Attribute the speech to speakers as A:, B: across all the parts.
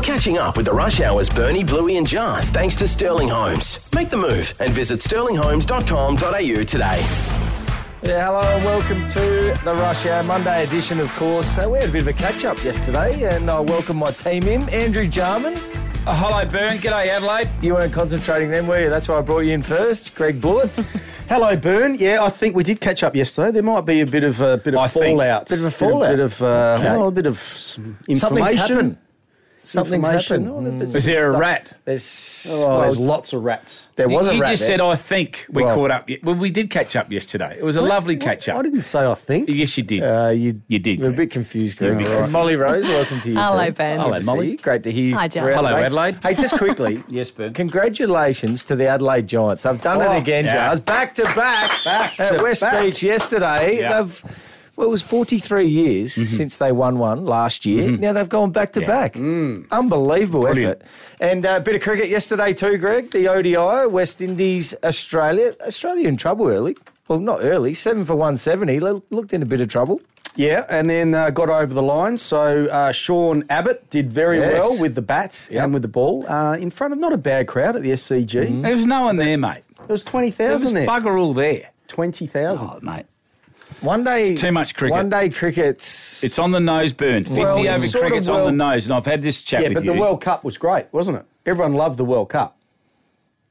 A: Catching up with the rush hours Bernie, Bluey, and Jars thanks to Sterling Homes. Make the move and visit sterlinghomes.com.au today.
B: Yeah, hello and welcome to the Rush Hour Monday edition, of course. Uh, we had a bit of a catch up yesterday, and I welcome my team in. Andrew Jarman,
C: Oh, hello, Bern. G'day, Adelaide.
B: you weren't concentrating then, were you? That's why I brought you in first. Greg Bullitt,
D: Hello, Burn. Yeah, I think we did catch up yesterday. There might be a bit of a bit of
C: I think-
D: fallout,
B: bit of a fallout.
D: bit of, bit of, uh, well, a bit of some
B: something's
D: information.
B: happened. Something's
D: Information.
B: happened. Oh, there's
C: Is there a
B: stuff-
C: rat?
B: There's,
D: Oh,
B: well,
D: there's lots of rats.
B: there was
C: you
B: a
C: you
B: rat.
C: just
B: there.
C: said, "Oh, I think we
D: Well-
C: caught up. ye- Well, we did catch up yesterday. It was a lovely catch
D: I
C: up.
D: didn't say I think.
C: Yes, you did.
B: Uh, you,
C: You did,
B: You're a
C: Greg.
B: bit confused, Greg.
C: You're a bit
B: All right.
C: confused.
B: Molly Rose, welcome to you.
E: Hello,
B: too.
E: Ben. Hello,
B: Good to see
C: Molly.
B: you. Great to hear you.
E: Hi, Jar.
B: throughout the
C: Hello,
B: day.
C: Adelaide.
B: Hey, just quickly.
C: Yes, Ben.
B: Congratulations to the Adelaide Giants. They've done
D: Oh,
B: it again,
C: yeah.
B: Jars. Back to back.
D: Back
B: at
D: to
B: West
D: back.
B: Beach yesterday.
C: Yeah. Mm-hmm.
B: They've well, it was 43 years since they won one last year. Now they've gone back to back. Unbelievable
C: Mm. Brilliant.
B: effort. And uh, a bit of cricket yesterday too, Greg. The ODI, West Indies, Australia. Australia in trouble early. Well, not early. Seven for 170. Lo- Looked in a bit of trouble.
D: Yeah, and then uh, got over the line. So uh, Sean Abbott did very
B: Yes.
D: well with the bat and with the ball uh, in front of not a bad crowd at the SCG.
C: There was no one there, mate.
D: There was twenty
C: Mm. There was
D: thousand there.
C: bugger all there.
D: Twenty thousand.
C: Oh, mate.
B: One day.
C: too much cricket.
B: One day cricket's.
C: It's on the nose, Burn. 50
D: Well, it's
C: over
D: sort of
C: cricket's on
D: well-
C: the nose, and I've had this chat
D: Yeah,
C: with
D: but
C: you.
D: the World Cup was great, wasn't it? Everyone loved the World Cup.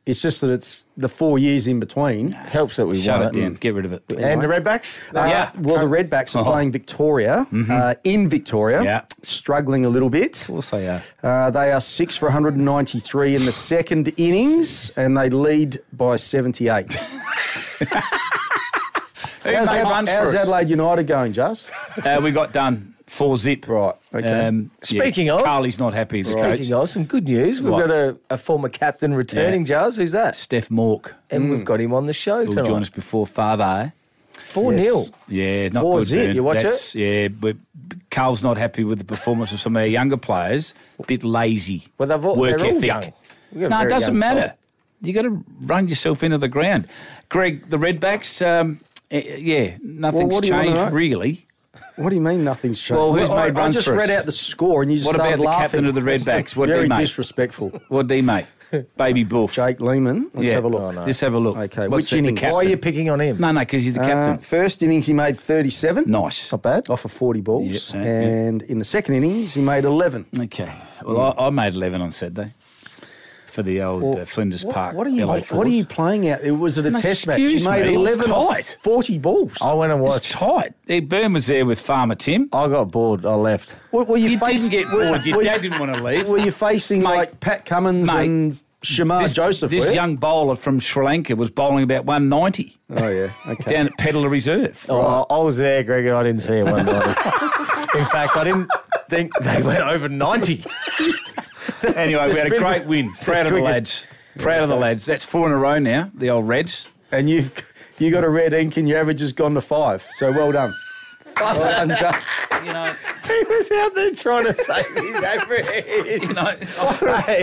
D: It's just that it's the four years in between.
B: helps that we
C: Shut
B: won
C: it down. Get rid of it.
B: And the Redbacks.
D: Uh,
C: Yeah.
D: Well, the Redbacks are
C: Oh. Mm-hmm.
D: playing Victoria uh, in Victoria.
C: Yeah.
D: Struggling a little bit.
C: Also, yeah.
D: Uh, they are six for 193 in the second innings, and they lead by 78.
C: Who
D: how's
C: made
D: Ad-
C: runs
D: how's
C: for us?
D: Adelaide United going, Just?
C: Uh, we got done. Four zip. Um,
D: Right. Okay.
C: yeah,
B: Speaking of-
C: Carly's not happy as
B: Speaking
C: coach.
B: of some good news, we've
C: What?
B: got a, a former captain returning,
C: Yeah.
B: Jars. Who's that?
C: Steph Mork
B: And we've got him on the show
C: will join
B: tonight.
C: us before five, eh?
B: 4
D: Yes.
B: 0.
C: Yeah, not
B: Four
C: good.
B: zip,
C: Vern.
B: you watch
C: That's, Yeah, but Carl's not happy with the performance of some of our younger players. A bit lazy.
B: Well, they've all,
C: work
B: they're all
C: ethic.
B: young. We've got a
C: No, it
B: very
C: doesn't
B: young
C: matter.
B: side.
C: You got to run yourself into the ground. Greg, the Redbacks. Um, eh, yeah, nothing's
D: what do you wanna
C: changed
D: know?
C: really.
D: What do you mean nothing's changed?
C: Well, who's
D: I-
C: made
D: I,
C: runs
D: just
C: for
D: read
C: us?
D: out the score, and you just
C: What
D: started
C: about the
D: laughing.
C: captain of the
D: That's-
C: Redbacks?
D: that's
C: What do you
D: Very
C: make?
D: disrespectful.
C: What do you mate? Baby Bull.
D: Jake Lehman. Let's
C: yeah.
D: have a look.
C: Just have a look.
D: Okay,
C: Oh, What's
D: which
C: the- the
D: innings?
C: captain?
B: Why are you picking on him?
C: No, no, because he's the
D: Uh,
C: captain.
D: first innings, he made 37.
C: nice.
B: Not bad.
D: off of 40 balls.
C: Yeah, yeah, yeah.
D: and in the second innings, he made 11.
C: Okay. Well, I, I made eleven on Saturday for the old uh, Flinders
D: what,
C: Park.
D: What are you?
C: LA
D: What are
C: Force.
D: you playing at? It was at a
C: No,
D: test match. He
C: excuse
D: made
C: me, it was
D: 11 off
C: tight.
D: 40 balls.
B: I went and
C: It's
B: watched.
C: tight. Eh, Burn was there with Farmer Tim.
B: I got bored. I left.
D: were, were
C: You
D: Oh, face-
C: didn't get
D: were-
C: bored. Your
D: were-
C: dad didn't want to leave.
D: Were you facing
C: Mate,
D: like Pat Cummins
C: mate,
D: and Shamar Joseph?
C: this
D: were you?
C: young bowler from Sri Lanka was bowling about 190
D: Oh yeah. Okay.
C: down at Pedler Reserve.
B: Oh, I was there, Greg, and I didn't see it one night. In fact, I didn't think they went over 90.
C: Anyway, we had a
B: been-
C: great win. Proud of the
B: quickest-
C: lads. Proud of the lads. That's four in a row now. The old Reds.
D: and you've you got a red ink, and your average has gone to five. So well done. well done, Joe.
C: You know,
B: he was out there trying to "Oh, save his average.
C: you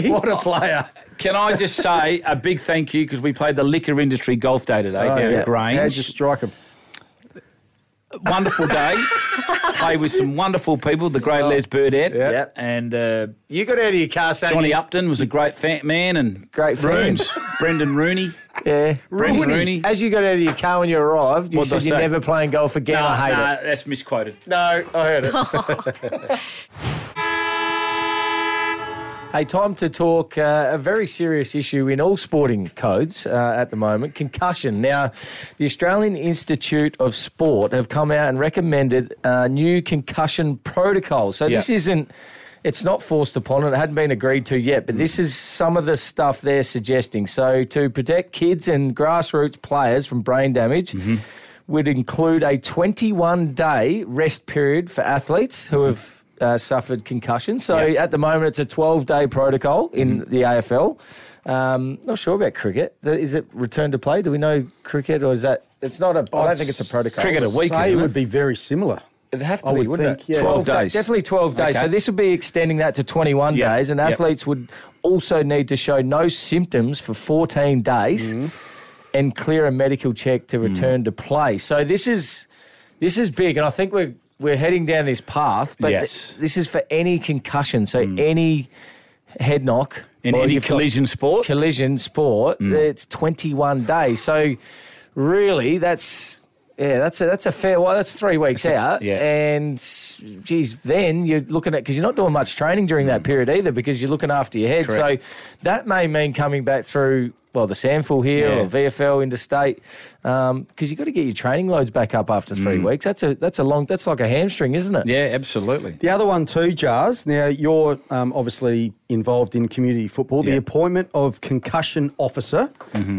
C: know.
D: What a player.
C: Can I just say a big thank you because we played the liquor industry golf day today
D: Oh,
C: down
D: yeah.
C: at Grange.
D: How'd you strike him?
C: wonderful day. Play with some wonderful people. The great Les Burdett.
D: Oh. Yeah.
B: Yep.
C: And uh,
B: You got out of your car, Sandy.
C: Johnny Upton was a great fan man and
B: Great fan.
C: Roons. Brendan Rooney.
B: Yeah.
C: Brendan
B: Rooney.
C: Rooney.
B: As you got out of your car when you arrived, you
C: What'd I
B: said you're
C: say?
B: never playing golf again.
C: no,
B: I hate
C: no,
B: it.
C: that's misquoted.
B: No, I heard it. hey, time to talk uh, a very serious issue in all sporting codes uh, at the moment concussion. Now, the Australian Institute of Sport have come out and recommended a new concussion protocol. So,
C: Yeah.
B: this isn't. It's not forced upon and it hadn't been agreed to yet, but this is some of the stuff they're suggesting. So, to protect kids and grassroots players from brain damage, would include a 21 day rest period for athletes who have uh, suffered concussion. So
C: Yeah. Mm-hmm.
B: at the moment, it's a 12 day protocol in the AFL. Um, not sure about cricket. The- Is it return to play? Do we know cricket or is that? It's not a. I don't think it's a protocol.
C: Cricket a week,
D: Say
C: isn't
D: it
C: it?
D: would be very similar.
B: It'd have to
D: I
B: be,
D: would
B: wouldn't
D: think,
B: it?
D: yeah.
C: 12
B: da-
C: days.
B: Definitely 12 days.
C: Okay.
B: So this would be extending that to 21
C: Yeah.
B: days, and
C: Yeah.
B: athletes would also need to show no symptoms for 14 days and clear a medical check
C: Mm.
B: to return to play. So this is this is big, and I think we're we're heading down this path. But th-
C: Yes. Mm.
B: this is for any concussion, so any head knock
C: In
B: or
C: any
B: you've got
C: collision sport? Mm.
B: collision sport, it's 21 days. So really, that's yeah, that's a, that's a fair. Well, that's three weeks out,
C: yeah.
B: and geez, then you're looking at because you're not doing much training during that period either because you're looking after your head.
C: Mm. Correct.
B: So that may mean coming back through. Well, the Sandful here
C: Yeah.
B: or VFL interstate, because you've got to get your training loads back up after three
C: Mm.
B: weeks. That's a that's a long. That's like a hamstring, isn't it?
C: Yeah, absolutely.
D: The other one too, Jars. Now you're um, obviously involved in community football. The
C: Yeah. Mm-hmm.
D: appointment of concussion officer,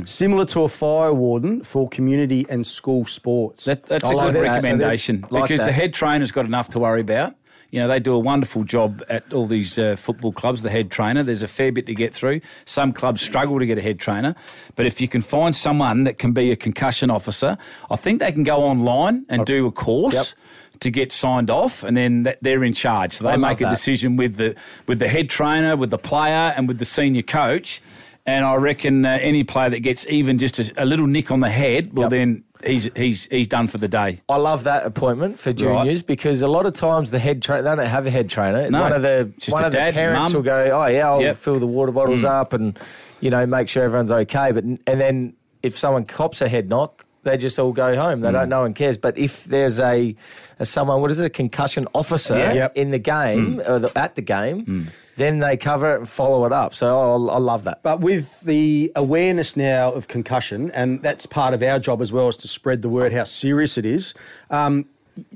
D: similar to a fire warden for community and school sports.
C: That, that's
B: I
C: a
B: like
C: good
B: that.
C: recommendation
B: Like
C: because
B: that.
C: the head trainer's got enough to worry about. You know, they do a wonderful job at all these uh, football clubs, the head trainer. There's a fair bit to get through. Some clubs struggle to get a head trainer. But if you can find someone that can be a concussion officer, I think they can go online and do a course. To get signed off, and then that they're in charge. So they
B: I love
C: make a
B: that.
C: decision with the with the head trainer, with the player, and with the senior coach. And I reckon uh, any player that gets even just a, a little nick on the head, well,
B: Yep.
C: then he's he's he's done for the day.
B: I love that appointment for juniors because a lot of times the head trainer they don't have a head trainer.
C: No,
B: one of the
C: just
B: one
C: a
B: of the
C: dad,
B: parents
C: mum.
B: will go, "Oh yeah, I'll
C: Yep. Mm.
B: fill the water bottles up and you know make sure everyone's okay." But and then if someone cops a head knock, they just all go home. They
C: Mm.
B: don't. No one cares. But if there's a, a someone, what is it, a concussion officer
C: Yeah. Mm.
D: Yep.
B: in the game or the, at the game, then they cover it and follow it up. So oh, I I love that.
D: But with the awareness now of concussion, and that's part of our job as well, is to spread the word how serious it is. Um,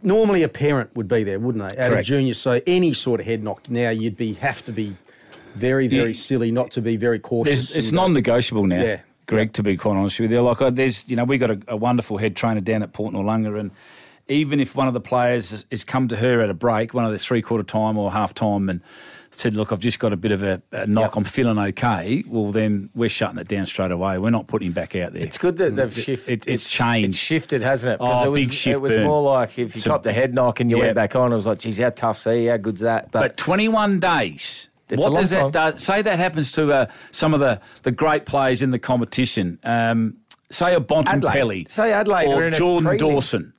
D: normally, a parent would be there, wouldn't they, at a
C: Correct.
D: junior? So any sort of head knock now, you'd be have to be very, very
C: Yeah.
D: silly not to be very cautious.
C: There's, it's
D: and-
C: non-negotiable now.
D: Yeah.
C: Greg, to be quite honest with you, like uh, there's, you know, we got a, a wonderful head trainer down at Port Norlunga, and even if one of the players has, has come to her at a break, one of the three-quarter time or half time, and said, "Look, I've just got a bit of a, a knock. I'm feeling okay." Well, then we're shutting it down straight away. We're not putting him back out there.
B: It's good that they've shifted.
C: it- it's changed.
B: It's shifted, hasn't it? Because
C: Oh,
B: it was,
C: big shift,
B: It was
C: Bern.
B: more like if you
C: It's a-
B: copped a head knock and you
C: Yeah.
B: went back on, it was like, geez, how tough's he? How good's that?
C: But
B: But,
C: 21 days.
B: It's a
C: what
B: long
C: does that
B: time.
C: do? Say that happens to uh, some of the, the great players in the competition. Um, say a
B: Adelaide.
C: Bontempelli.
B: Say Adelaide are
C: Or
B: in a
C: Jordan
B: prelim.
C: Dawson.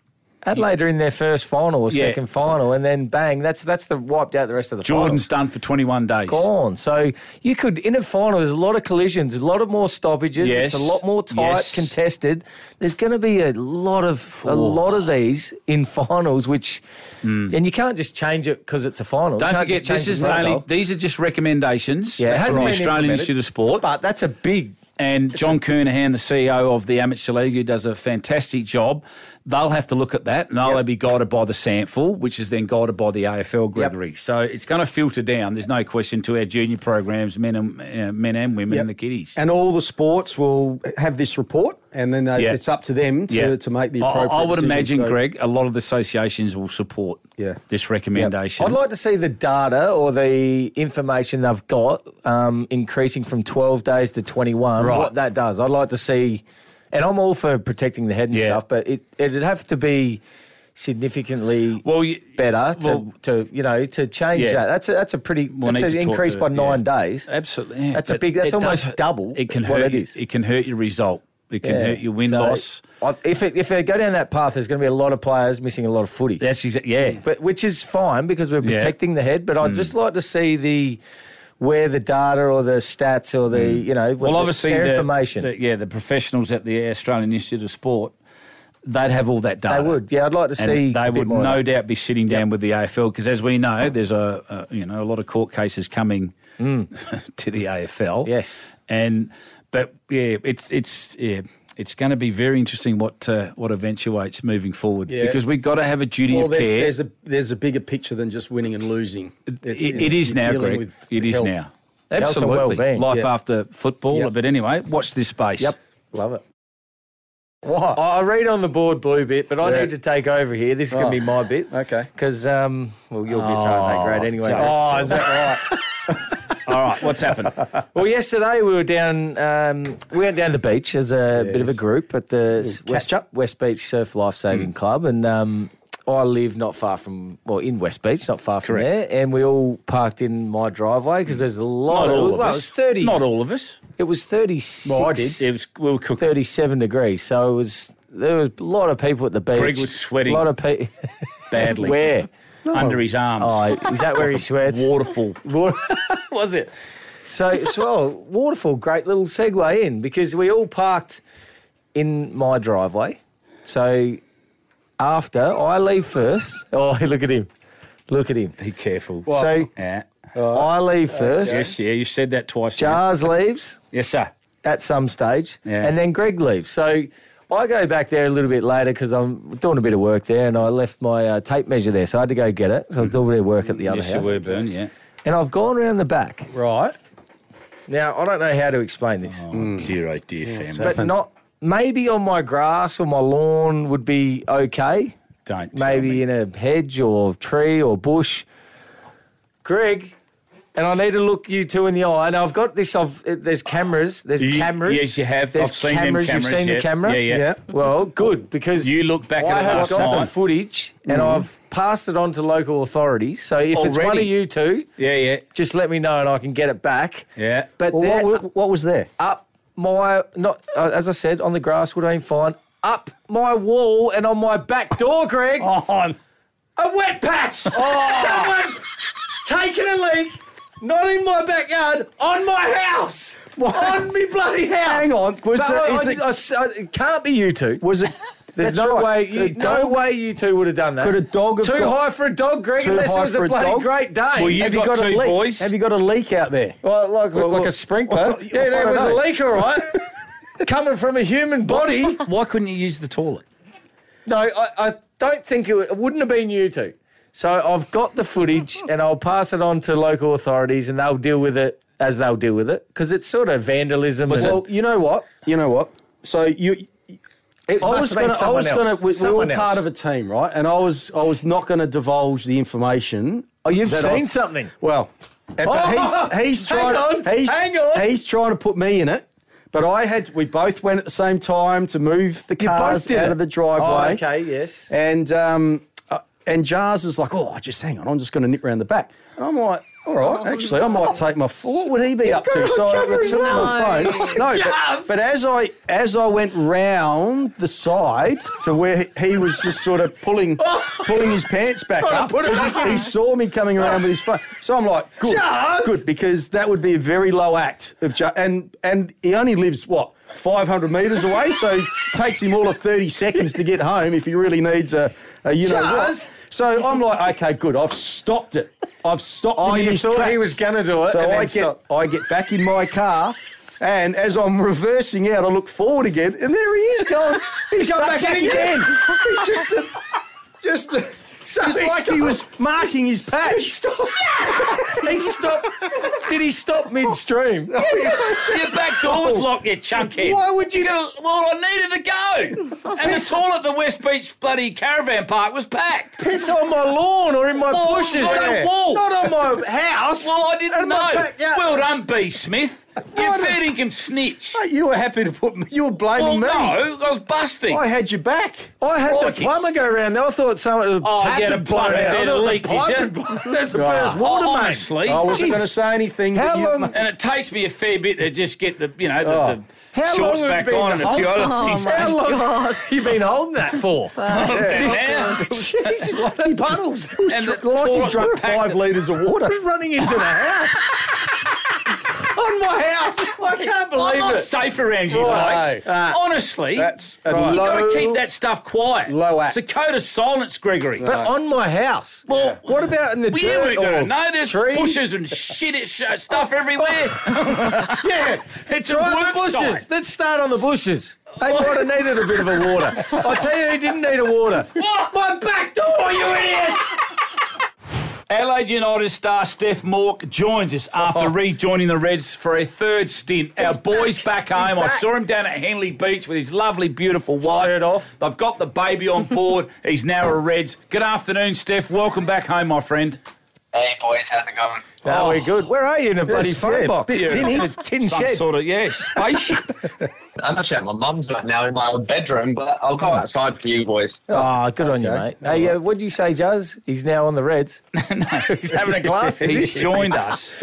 B: Adelaide are in their first final or
C: Yeah.
B: second final, and then bang, that's that's the wiped out the rest of the
C: Jordan's
B: final.
C: done for 21 days.
B: Gone. So you could in a final. There's a lot of collisions, a lot of more stoppages.
C: Yes.
B: It's a lot more tight,
C: Yes.
B: contested. There's going to be a lot of a lot of these in finals, which and you can't just change it because it's a final. You
C: Hmm. Don't
B: can't
C: forget,
B: just change
C: this
B: the
C: is only,
B: protocol.
C: these are just recommendations.
B: Yeah,
C: it
B: that's
C: hasn't
B: right.
C: been Australian Institute of Sport.
B: but that's a big
C: and John Kernahan, the CEO of the Amateur League, who does a fantastic job, they'll have to look at that and they'll be guided by the SANFL, which is then guided by the AFL Gregory. So it's going to filter down, there's no question, to our junior programs, men and, uh, men and women
D: Yep.
C: and the kiddies.
D: And all the sports will have this report, and then they,
C: Yeah.
D: it's up to them to,
C: Yeah.
D: to make the
C: I- I-
D: appropriate.
C: I, would
D: decision.
C: imagine,
D: So-
C: Greg, a lot of the associations will support
D: Yeah.
C: this
B: Yep.
C: recommendation.
B: I'd like to see the data or the information they've got um, increasing from 12 days to 21,
C: Right.
B: what that does. I'd like to see, and I'm all for protecting the head and
C: Yeah.
B: stuff, but it, it'd have to be significantly
C: Well, you-
B: better to,
C: well-
B: to, you know, to change
C: Yeah.
B: that. That's a, that's a pretty,
C: We'll
B: that's
C: need
B: an
C: to talk
B: increase
C: to
B: by
C: it,
B: nine
C: yeah.
B: days.
C: Absolutely, yeah.
B: That's a
C: But
B: big, that's
C: it does
B: almost
C: hurt-
B: double
C: It can
B: what
C: hurt.
B: it
C: you-
B: is.
C: It can hurt your result. It can
B: Yeah.
C: hurt your win
B: So,
C: loss.
B: I- If, it, if they go down that path, there's going to be a lot of players missing a lot of footy.
C: That's exactly yeah.
B: but which is fine because we're
C: Yeah.
B: protecting the head. But I'd just like to see the where the data or the stats or the you know what
C: well,
B: Hmm. the-
C: obviously,
B: their
C: the,
B: information.
C: the- yeah, the professionals at the Australian Institute of Sport, they'd have all that data.
B: they would, yeah. I'd like to
C: And
B: see.
C: they
B: a bit
C: would
B: more of
C: no
B: that.
C: doubt be sitting down with the AFL because, as we know, there's a, a you know a lot of court cases coming to the AFL.
B: Mm. Yes.
C: and but yeah, it's it's yeah, it's going to be very interesting what uh, what eventuates moving forward
D: Yeah.
C: because we've got to have a duty
D: Well,
C: of
D: there's,
C: care.
D: there's a there's a bigger picture than just winning and losing. It's,
C: It- it is
D: you're
C: now,
D: dealing
C: Greg.
D: with
C: It is
D: health.
C: now.
B: and
C: Absolutely.
B: well-being.
C: Life
D: Yeah.
C: after football.
D: Yep.
C: But anyway, watch this space.
B: Yep, love it.
D: What?
B: I I read on the board blue bit, but I
D: Yeah.
B: need to take over here. This is
D: Oh.
B: going to be my bit.
D: Okay.
B: Because, um, well, your bits aren't that great anyway.
C: Oh,
D: Oh, is that right?
C: All right, what's happened?
B: Well, yesterday we were down. Um, we went down the beach as a bit of a
D: Yes.
B: group at the
D: catch
B: West,
D: up.
B: West Beach Surf
C: Mm.
B: Lifesaving Club, and um, I live not far from, well, in West Beach, not far from there. And we all parked in my driveway because there's a lot.
C: Mm. Not
B: of,
C: all
B: well,
C: of
B: it
C: us.
B: was thirty.
C: Not all of us.
B: It was thirty-six.
D: Well, I did.
C: It was we were cooking.
B: Thirty-seven degrees. So it was. There was a lot of people at the beach.
C: Greg was sweating.
B: A lot of people.
C: badly.
B: Where?
C: Under his arms.
B: Oh, is that where he sweats?
C: Waterfall.
B: Water- was it? So, so well, waterfall, great little segue in because we all parked in my driveway. So after I leave first, oh look at him, look at him.
C: Be careful.
B: So
C: yeah.
B: I leave first.
C: Yes, Uh, yeah, you said that twice. now.
B: Jars leaves
C: Yes, sir.
B: at some stage,
C: Yeah.
B: and then Greg leaves. So I go back there a little bit later because I'm doing a bit of work there, and I left my uh, tape measure there, so I had to go get it. So I was doing a bit of work at the other
C: Yes, you
B: house,
C: were, Burn, yeah.
B: and I've gone around the back.
D: Right.
B: Now I don't know how to explain this,
C: Oh, dear, oh, dear family.
B: but not maybe on my grass or my lawn would be okay.
C: Don't tell
B: maybe
C: me.
B: in a hedge or tree or bush. Greg, and I need to look you two in the eye. And I've got this. I've, uh, there's cameras. There's
C: You-
B: cameras.
C: yes, you have.
B: There's
C: I've seen them
B: You've
C: cameras,
B: seen
C: yeah.
B: the camera.
C: Yeah, yeah.
D: Yeah.
B: Well, good because
C: You look back
B: I
C: at it
B: have
C: last
B: got the
C: night. Mm-hmm.
B: footage, and I've passed it on to local authorities. So if it's one of
C: Already?
B: you two,
C: Yeah, yeah.
B: just let me know, and I can get it back.
C: Yeah.
B: But
D: Well,
B: they're
D: what, wa- what was there?
B: up my not uh, as I said on the grass would have been fine. Up my wall and on my back door, Greg.
D: Oh.
C: On.
B: A wet patch!
C: Oh.
B: Someone's taken a leak, not in my backyard, on my house! On me bloody house!
D: Hang on, was
B: But
D: it-
B: I-
D: is
B: I-
D: it-
B: I s- I- it can't be you two.
D: Was it?
B: There's
D: That's
B: no
D: right.
B: way, you,
D: Could a
B: no
D: dog-
B: way you two would have done that.
D: Could a dog have
B: Too
D: got-
B: high for a dog, Greg,
D: Too
B: unless it
D: high
B: was a
D: for a
B: bloody
D: dog?
B: great day.
C: Well, you
D: Have you
C: got
D: got a
C: two
D: leak?
C: boys.
D: Have you got a leak out there?
B: Well, like, like a
D: well,
B: sprinkler.
D: well,
B: yeah, there
D: I
B: was a
D: know.
B: leak, all right. Coming from a human body.
C: Why couldn't you use the toilet?
B: No, I, I don't think it, it wouldn't have been you two. So I've got the footage and I'll pass it on to local authorities and they'll deal with it as they'll deal with it because it's sort of vandalism. and-
D: Well, you know what? You know what? So you,
B: it
D: I
B: must
D: was
B: have been
D: going to. I
B: someone
D: was going
B: else.
D: to. We, we were
B: Someone
D: part
B: else.
D: of a team, right? And I was. I was not going to divulge the information.
B: Oh, you've
D: that
B: seen
D: I've-
B: something.
D: Well, eh, but
B: Oh,
D: he's, he's
B: hang
D: trying.
B: on,
D: he's,
B: hang on.
D: He's trying to put me in it. But I had. We both went at the same time to move the
B: both
D: cars
B: did
D: out
B: it.
D: of the driveway.
B: Oh, okay, yes.
D: And um, uh, and Jars is like, oh, just hang on, I'm just going to nip round the back. And I'm like, all right, actually, I might take my. Phone. What would he be up to?
B: Oh, got
D: So I
B: a camera
D: took my
B: now.
D: phone. No, but,
B: Jars!
D: but as I as I went round the side to where he was just sort of pulling pulling his pants back
B: Oh! Gotta
D: up,
B: put it
D: 'cause
B: back
D: he, he saw me coming around with his phone. So I'm like, good,
B: Jars!
D: good, because that would be a very low act of Jars. And and he only lives what 500 metres away, so it takes him all of 30 seconds to get home if he really needs a, a you know
B: Jars?
D: what. So I'm like, okay, good. I've stopped it. I've stopped.
B: Oh,
D: him in
B: you
D: his
B: thought
D: tracks.
B: he was gonna do it
D: So
B: and then
D: I get
B: stop.
D: I get back in my car. And as I'm reversing out, I look forward again, and there he is going. He's
B: gone
D: going
B: back
D: back,
B: in again.
D: again. He's just a, just a, just
B: he
D: like he
B: stopped.
D: was marking his patch.
B: he stopped. Did he stop midstream?
C: Your back door was locked, Oh. you chunkhead.
D: Why would you-
C: You're gonna- Well, I needed to go. And the toilet at the West Beach bloody caravan park was packed.
B: Piss on my lawn or in my
C: Oh,
B: bushes?
C: on the
B: there.
C: wall.
B: Not on my house.
C: Well, I
B: And
C: didn't
B: my
C: know.
B: backyard.
C: Well done, B. Smith. You
D: Right.
C: fed him snitch.
D: You were happy to put me. You were
C: Well,
D: blaming me.
C: no, I was busting.
D: I had your back.
B: I had
C: Crikey.
B: the plumber go round there. I thought someone.
C: Oh,
B: tap
C: yeah, the
B: had
C: plumber
B: blown out.
C: said
B: I thought the
C: leak, did
B: pipe
C: you?
B: had blown- There's a
D: Right.
B: burst water
C: Oh,
B: main.
C: honestly.
D: I wasn't
B: Jeez.
D: going to say anything.
B: How
D: but you-
B: long-
C: And it takes me a fair bit to just get the, you know, the, the
B: How
C: shorts
B: long have
C: back
B: you been
C: on and a few
B: home?
C: other things.
B: How long have you been holding that for?
C: Now-
B: Jesus, like the puddles.
D: It was
C: And
D: dr-
C: the
D: like he
C: toilets were
D: drunk
C: packed.
D: five litres of water.
B: I was running into the house. On my house. I can't
C: I'm
B: believe
C: not
B: it.
C: safe around you,
D: Right.
C: blokes.
D: Ah.
C: Honestly,
D: That's a
C: you've got
D: low-
C: to keep that stuff quiet.
D: low act.
C: It's a code of silence, Gregory.
B: But on my house.
C: Well,
B: What about in the
C: we
B: dirt
C: weren't going
D: Oh,
B: or
C: to know. There's
B: tree?
C: bushes and shit, it sh- stuff everywhere.
B: Yeah.
C: It's a
B: Try the
C: work
B: bushes.
C: site.
B: Let's start on the bushes. They might have needed a bit of a water. I'll tell you who didn't need a water.
C: What?
B: My back door, you idiot!
C: Adelaide United star Steph Mork joins us after
B: Uh-huh.
C: rejoining the Reds for a third stint. Our boy's back, home. I saw him down at Henley Beach with his lovely, beautiful wife.
B: Shirt off.
C: They've got the baby on board. He's now a Reds. Good afternoon, Steph. Welcome back home, my friend.
E: Hey boys, how's it going?
B: No, we're good. Where are you in a bloody
D: Yes,
B: phone
D: yeah,
B: box?
D: bit tinny.
B: In a tin
C: Some
B: shed.
C: sort of yeah, spaceship.
E: I'm actually at my mum's right now in my old bedroom, but I'll go outside for you boys.
B: Ah, good on you, mate. Hey, uh, what did you say, Jazz? He's now on the Reds.
C: He's having
B: a glass.
C: He's joined us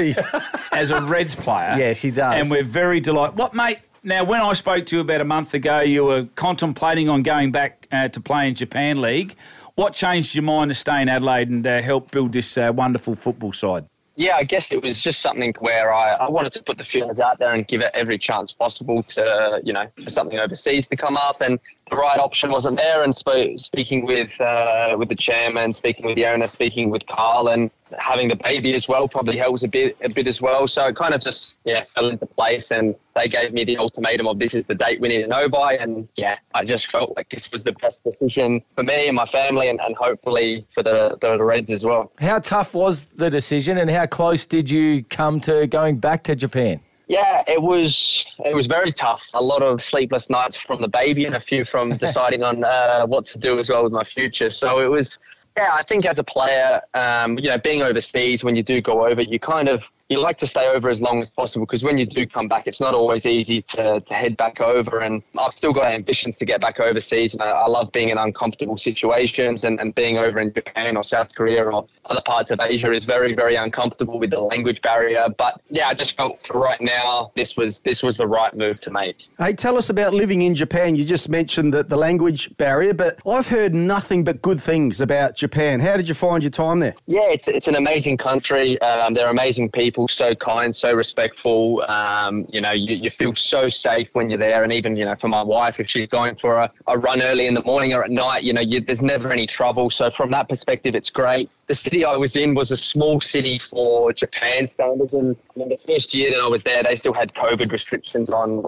C: as a Reds player.
B: Yes, he does.
C: And we're very delighted. What, mate? Now, when I spoke to you about a month ago, you were contemplating on going back uh, to play in Japan League. What changed your mind to stay in Adelaide and uh, help build this uh, wonderful football side?
E: yeah, I guess it was just something where I, I wanted to put the feelers out there and give it every chance possible to, you know, for something overseas to come up. And the right option wasn't there. And so speaking with uh, with the chairman, speaking with the owner, speaking with Carl, and having the baby as well probably helps a bit a bit as well. So it kind of just yeah fell into place. And they gave me the ultimatum of this is the date we need to know by. And yeah, I just felt like this was the best decision for me and my family, and, and hopefully for the, the Reds as well.
B: How tough was the decision, and how close did you come to going back to Japan?
E: Yeah, it was it was very tough. A lot of sleepless nights from the baby, and a few from deciding on uh, what to do as well with my future. So it was. Yeah, I think as a player, um, you know, being overseas when you do go over, you kind of you like to stay over as long as possible because when you do come back, it's not always easy to, to head back over. And I've still got ambitions to get back overseas, and I, I love being in uncomfortable situations. And, and being over in Japan or South Korea or other parts of Asia is very, very uncomfortable with the language barrier. But yeah, I just felt for right now this was this was the right move to make.
D: Hey, tell us about living in Japan. You just mentioned that the language barrier, but I've heard nothing but good things about Japan. How did you find your time there?
E: Yeah, it's, it's an amazing country. Um, they're amazing people, so kind, so respectful. Um, you know, you, you feel so safe when you're there. And even, you know, for my wife, if she's going for a, a run early in the morning or at night, you know, you, there's never any trouble. So from that perspective, it's great. The city I was in was a small city for Japan standards. And I mean, the first year that I was there, they still had COVID restrictions on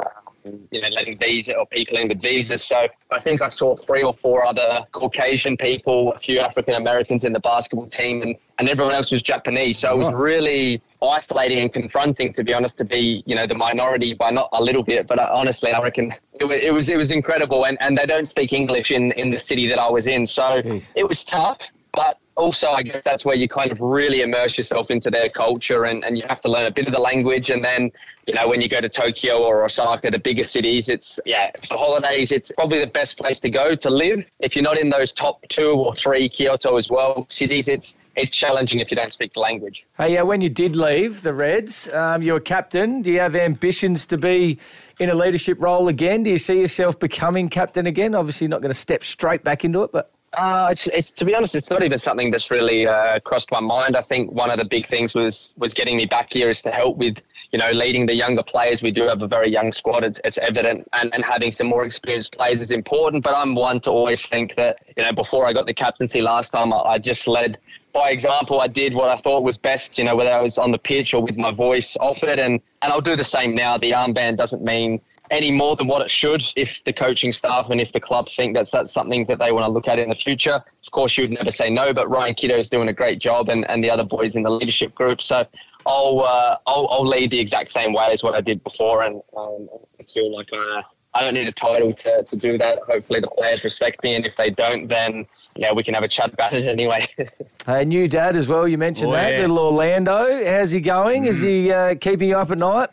E: you know, letting visa or people in with visas. So I think I saw three or four other Caucasian people, a few African Americans in the basketball team, and, and everyone else was Japanese. So it was really isolating and confronting, to be honest, to be you know the minority by not a little bit, but I, honestly, I reckon it, wa- it was it was incredible. And and they don't speak English in in the city that I was in, so it was tough, but. Also, I guess that's where you kind of really immerse yourself into their culture and, and you have to learn a bit of the language. And then, you know, when you go to Tokyo or Osaka, the bigger cities, it's, yeah, for holidays, it's probably the best place to go to live. If you're not in those top two or three Kyoto as well cities, it's, it's challenging if you don't speak the language.
B: Hey, yeah, when you did leave the Reds, um, you were captain. Do you have ambitions to be in a leadership role again? Do you see yourself becoming captain again? Obviously, you're not going to step straight back into it, but
E: Uh, it's, it's to be honest, it's not even something that's really uh, crossed my mind. I think one of the big things was was getting me back here is to help with you know leading the younger players. We do have a very young squad. It's, it's evident, and, and having some more experienced players is important. But I'm one to always think that you know before I got the captaincy last time, I, I just led by example. I did what I thought was best. You know whether I was on the pitch or with my voice off it, and and I'll do the same now. The armband doesn't mean any more than what it should if the coaching staff and if the club think that's that's something that they want to look at in the future. Of course, you'd never say no, but Ryan Kiddo is doing a great job, and, and the other boys in the leadership group. So I'll, uh, I'll I'll lead the exact same way as what I did before, and um, I feel like I, I don't need a title to, to do that. Hopefully, the players respect me, and if they don't, then yeah, we can have a chat about it anyway.
B: a new dad as well. You mentioned
C: Oh,
B: that
C: yeah. Mm.
B: little Orlando. How's he going? Is he uh, keeping you up at night?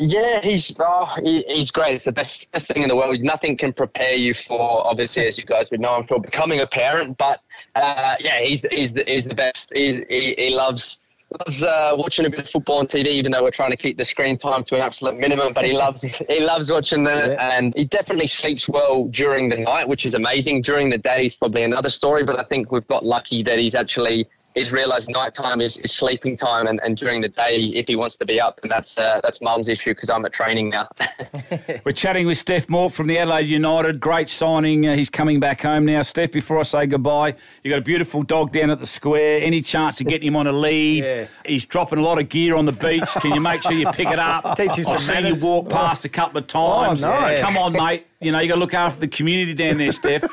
E: Yeah, he's oh, he, he's great. It's the best best thing in the world. Nothing can prepare you for, obviously, as you guys would know, I'm sure, becoming a parent. But uh, yeah, he's he's the, he's the best. He's, he he loves loves uh, watching a bit of football on TV, even though we're trying to keep the screen time to an absolute minimum. But he loves he loves watching the and he definitely sleeps well during the night, which is amazing. During the day, is probably another story. But I think we've got lucky that he's actually he's realised nighttime is, is sleeping time, and, and during the day, if he wants to be up, then that's uh, that's mum's issue because I'm at training now.
C: We're chatting with Steph Moore from the Adelaide United. Great signing. Uh, he's coming back home now. Steph, before I say goodbye, you got a beautiful dog down at the square. Any chance of getting him on a lead?
B: Yeah.
C: He's dropping a lot of gear on the beach. Can you make sure you pick it up?
B: Teach him
C: I've
B: some
C: seen you
B: manners.
C: walk past a couple of times.
B: Oh, nice.
C: Come on, mate. You know, you got to look after the community down there, Steph.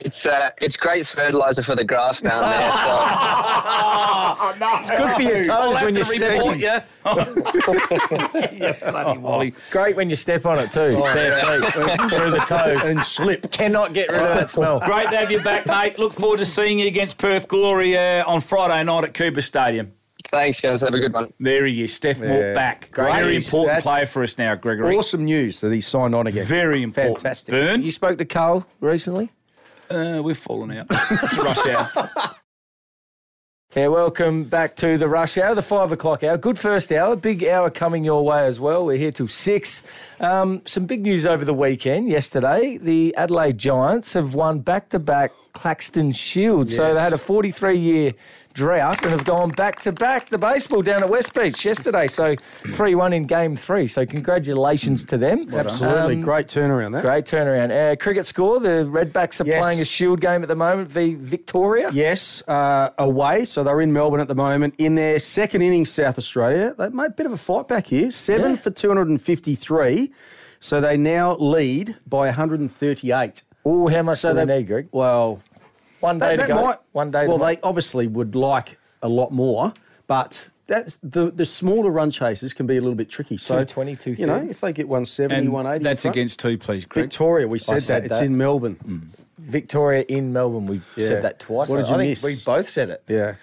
E: it's uh, it's great fertilizer for the grass down there. So.
C: oh, no. It's
B: Good for your toes when you step
C: report
B: on
C: you. you bloody Wally.
B: Great when you step on it
D: Oh,
B: too. Bare feet through the toes and slip. Cannot get rid of that smell.
C: Great to have you back, mate. Look forward to seeing you against Perth Glory uh, on Friday night at Cooper Stadium.
E: Thanks, guys. Have a good one.
C: There he is, Steph Moore
D: Yeah.
C: back.
D: Great.
C: Very
D: That's-
C: important
D: that's-
C: player for us now, Gregory.
D: Awesome news that he signed on again.
C: Very important.
D: Fantastic.
C: Burn,
B: You spoke to Carl recently.
C: uh, we've fallen out. It's a rush hour.
B: Yeah, welcome back to the rush hour, the five o'clock hour. Good first hour, big hour coming your way as well. We're here till six. Um, some big news over the weekend. Yesterday, the Adelaide Giants have won back to back Claxton Shield. So they had a 43 year drought and have gone back to back the baseball down at West Beach yesterday. So 3 1 in game three. So congratulations to them.
D: Absolutely.
B: Um,
D: Great turnaround there.
B: Great turnaround. Uh, cricket score. The Redbacks are
D: Yes.
B: playing a Shield game at the moment v Victoria.
D: Yes, uh, away. So they're in Melbourne at the moment in their second innings, South Australia. They made a bit of a fight back here. Seven
B: Yeah.
D: for 253. So they now lead by 138.
B: Oh, how much do they, need, Greg?
D: Well,
B: One day
D: that-
B: to
D: that
B: go.
D: might-
B: One day.
D: Well,
B: to go.
D: they obviously would like a lot more, but that's the the smaller run chases can be a little bit tricky. So
B: 220,
D: You know,
B: 230.
D: if they get 170,
C: And
D: 180,
C: that's
D: in front.
C: against two, please, Greg.
D: Victoria. We said,
B: said
D: that. it's
B: that.
D: in Melbourne.
C: Mm.
B: Victoria in Melbourne. We
D: Yeah.
B: said that twice.
D: What did you
B: I think
D: miss?
B: we both said it.
D: Yeah.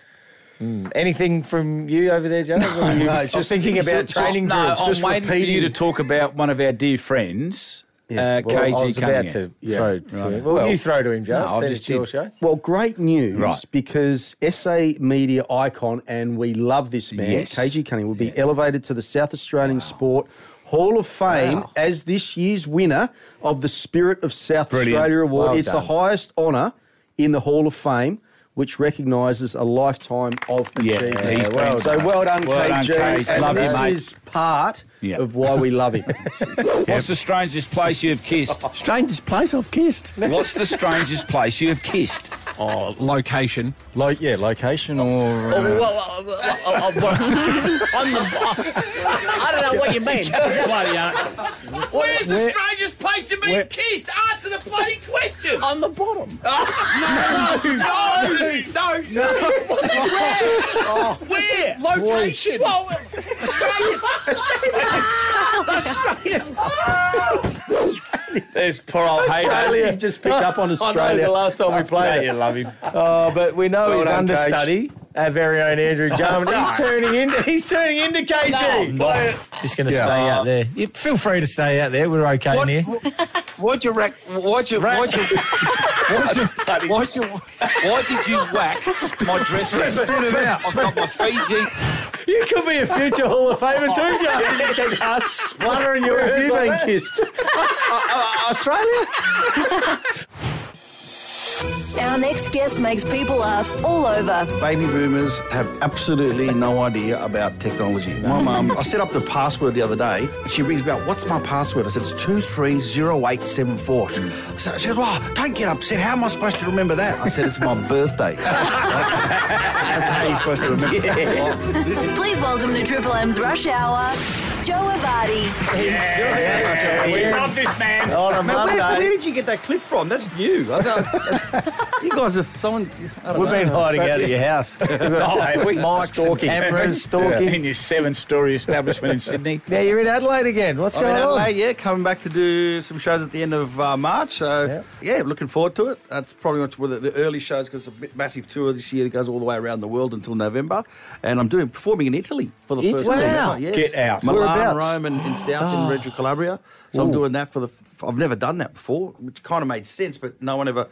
B: Anything from you over there, Joe? No, you
D: no,
B: no,
D: it's
B: just
D: just-
B: thinking
D: it's
B: about
D: just-
B: training
C: no,
B: drills.
C: I'm
D: just
C: waiting for you to
D: repeating-
C: talk about one of our dear friends,
D: Yeah,
C: uh,
D: well,
C: KG
B: I was about
C: Cunningham.
B: to
D: Yeah,
B: throw to
C: right.
B: him. Well,
D: Well,
B: you throw to him, Joe.
C: no,
B: I
C: I
B: said
C: just
B: it's your
C: did.
B: show.
D: Well, great news
C: Right.
D: because SA media icon, and we love this man,
C: Yes.
D: KG Cunning, will be elevated to the South Australian Sport Hall of Fame as this year's winner of the Spirit of South
C: Brilliant.
D: Australia Award.
B: Well
D: it's the
B: done.
D: highest honour in the Hall of Fame. Which recognises a lifetime of
C: Yeah,
D: achievement.
C: he's Yeah, been-
D: so well done,
C: well done,
D: KG.
C: KG.
D: And
C: Love you,
D: this
C: mate.
D: is part
C: Yeah.
D: of why we love him.
C: What's the strangest place you have kissed?
F: Strangest place I've kissed.
C: What's the strangest place you have kissed?
F: Oh, location.
D: like, yeah, location or uh,
F: well, I'm the. I don't know what you mean.
C: Bloody hell.
G: Where's the strangest place to be kissed? Answer the bloody question.
F: On the bottom.
G: no, no. Where?
F: Location.
G: Well, Australia.
C: There's poor old Hayden.
D: He just picked up on Australia.
B: the last time we played
C: Yeah,
B: it.
C: you love him.
B: Oh, but we know
D: Well
B: he's
D: done, Cage.
B: understudy. Our very own Andrew Jarman. He's turning into he's turning into KG. Just going to stay out there. You feel free to stay out there. We're okay in here.
E: What you rec- What you? What you? What you? Why did you whack my dressing? I've got my Fiji.
B: You could be a future Hall of Famer too, Jarman. You keep us spluttering your
D: Where have
B: ears
D: you
B: like
D: been
B: that.
D: kissed? Uh,
B: Australia.
H: Our next guest makes people laugh all over.
I: Baby boomers have absolutely no idea about technology. My mum, I set up the password the other day. She rings me up, what's my password? I said, it's 230874. So she goes, wow, don't get upset. How am I supposed to remember that? I said, it's my birthday. Like, that's how you're supposed to remember
H: Please welcome to Triple M's Rush Hour, Joe Avati.
C: We love this man.
B: On a
I: Where, where
B: Monday.
I: did you get that clip from? That's new. I don't- you guys are someone. I don't
B: We've
I: know.
B: been hiding out of your house.
C: Oh, hey, we
B: Mics, stalking. cameras, stalking.
C: In your seven-story establishment in Sydney.
B: Now you're in Adelaide again. What's
I: I'm in
B: going on?
I: Adelaide, yeah, coming back to do some shows at the end of uh, March. So
B: Yeah.
I: yeah. looking forward to it. That's probably much one of the early shows because it's a bit massive tour this year that goes all the way around the world until November. And I'm doing performing in Italy for the first
B: Italy?
I: time.
B: Wow.
I: Yes.
C: Get out.
I: Milan,
B: Whereabouts? Ah.
I: Rome, and in South in Reggio Calabria. So I'm doing that for the. f- I've never done that before, which kind of made sense, but no one ever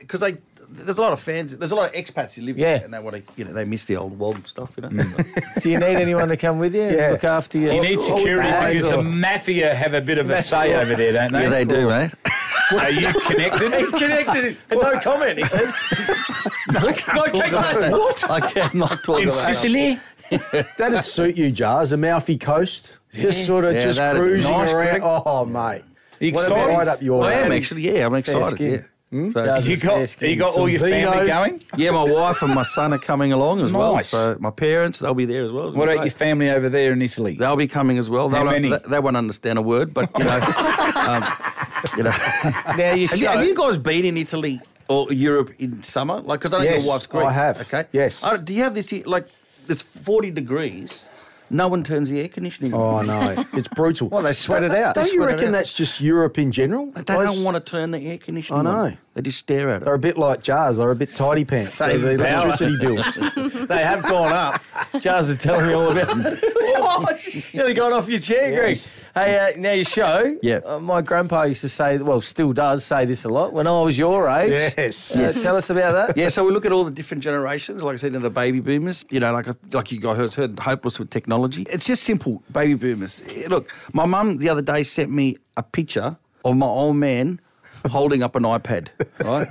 I: because they. There's a lot of fans. There's a lot of expats who live
B: Yeah. Mm.
I: there, and they want to, you know, they miss the old world and stuff, you know.
B: Do you need anyone to come with you and
D: Yeah.
B: look after you?
C: You need security because the mafia have a bit of a say over there, don't they?
I: yeah, they do, eh? mate.
C: Are you connected?
B: He's connected. And no comment. He said.
I: What? I cannot talk
C: In
I: about that.
C: Sicily?
D: That'd suit you, Jars. Amalfi Coast. Just sort of
I: Yeah,
D: just
I: that'd be
D: cruising
C: nice,
D: around.
C: Greg.
D: Oh, mate.
C: You
D: What
C: excited?
D: about right up your
I: I am
D: alley?
I: actually, yeah, I'm excited.
B: skin.
I: Yeah. So-
B: Jars.
C: You got, you got all your
D: vino.
C: family going?
I: yeah, my wife and my son are coming along as well.
C: Nice.
I: So my parents, they'll be there as well. It'll
C: What about
I: be
C: your
I: great.
C: family over there in Italy?
I: They'll be coming as well.
C: How
I: They'll,
C: many?
I: They, they won't understand a word, but you know, um, you know. Have
B: Now you
I: you, have
B: show.
I: you guys been in Italy or Europe in summer? Like, because I know
D: Yes,
I: your wife's Greek.
D: I have.
I: Okay.
D: Yes.
I: Uh, do you have this? here- Like, it's 40 degrees. No one turns the air conditioning
D: Oh,
I: on.
D: no. It's brutal.
B: Well, they sweat it out.
D: Don't
B: They
D: you
B: sweat it
D: reckon
B: out.
D: that's just Europe in general?
I: They don't want to turn the air conditioning
D: I
I: on.
D: know.
I: They just stare at it.
D: They're a bit like Jars. They're a bit tidy pants. So
I: Save
D: the
I: power.
D: electricity bills.
B: They have gone up. Jars is telling me all about it. Nearly gone off your chair, Greg. Hey, uh, now your show.
I: Yeah.
B: Uh, my grandpa used to say, well, still does say this a lot. When I was your age.
D: Yes.
B: Uh, Tell us about that.
I: yeah, so we look at all the different generations. Like I said, in the baby boomers, you know, like like you guys heard, hopeless with technology. It's just simple, baby boomers. Eh, Look, my mum the other day sent me a picture of my old man holding up an iPad, right?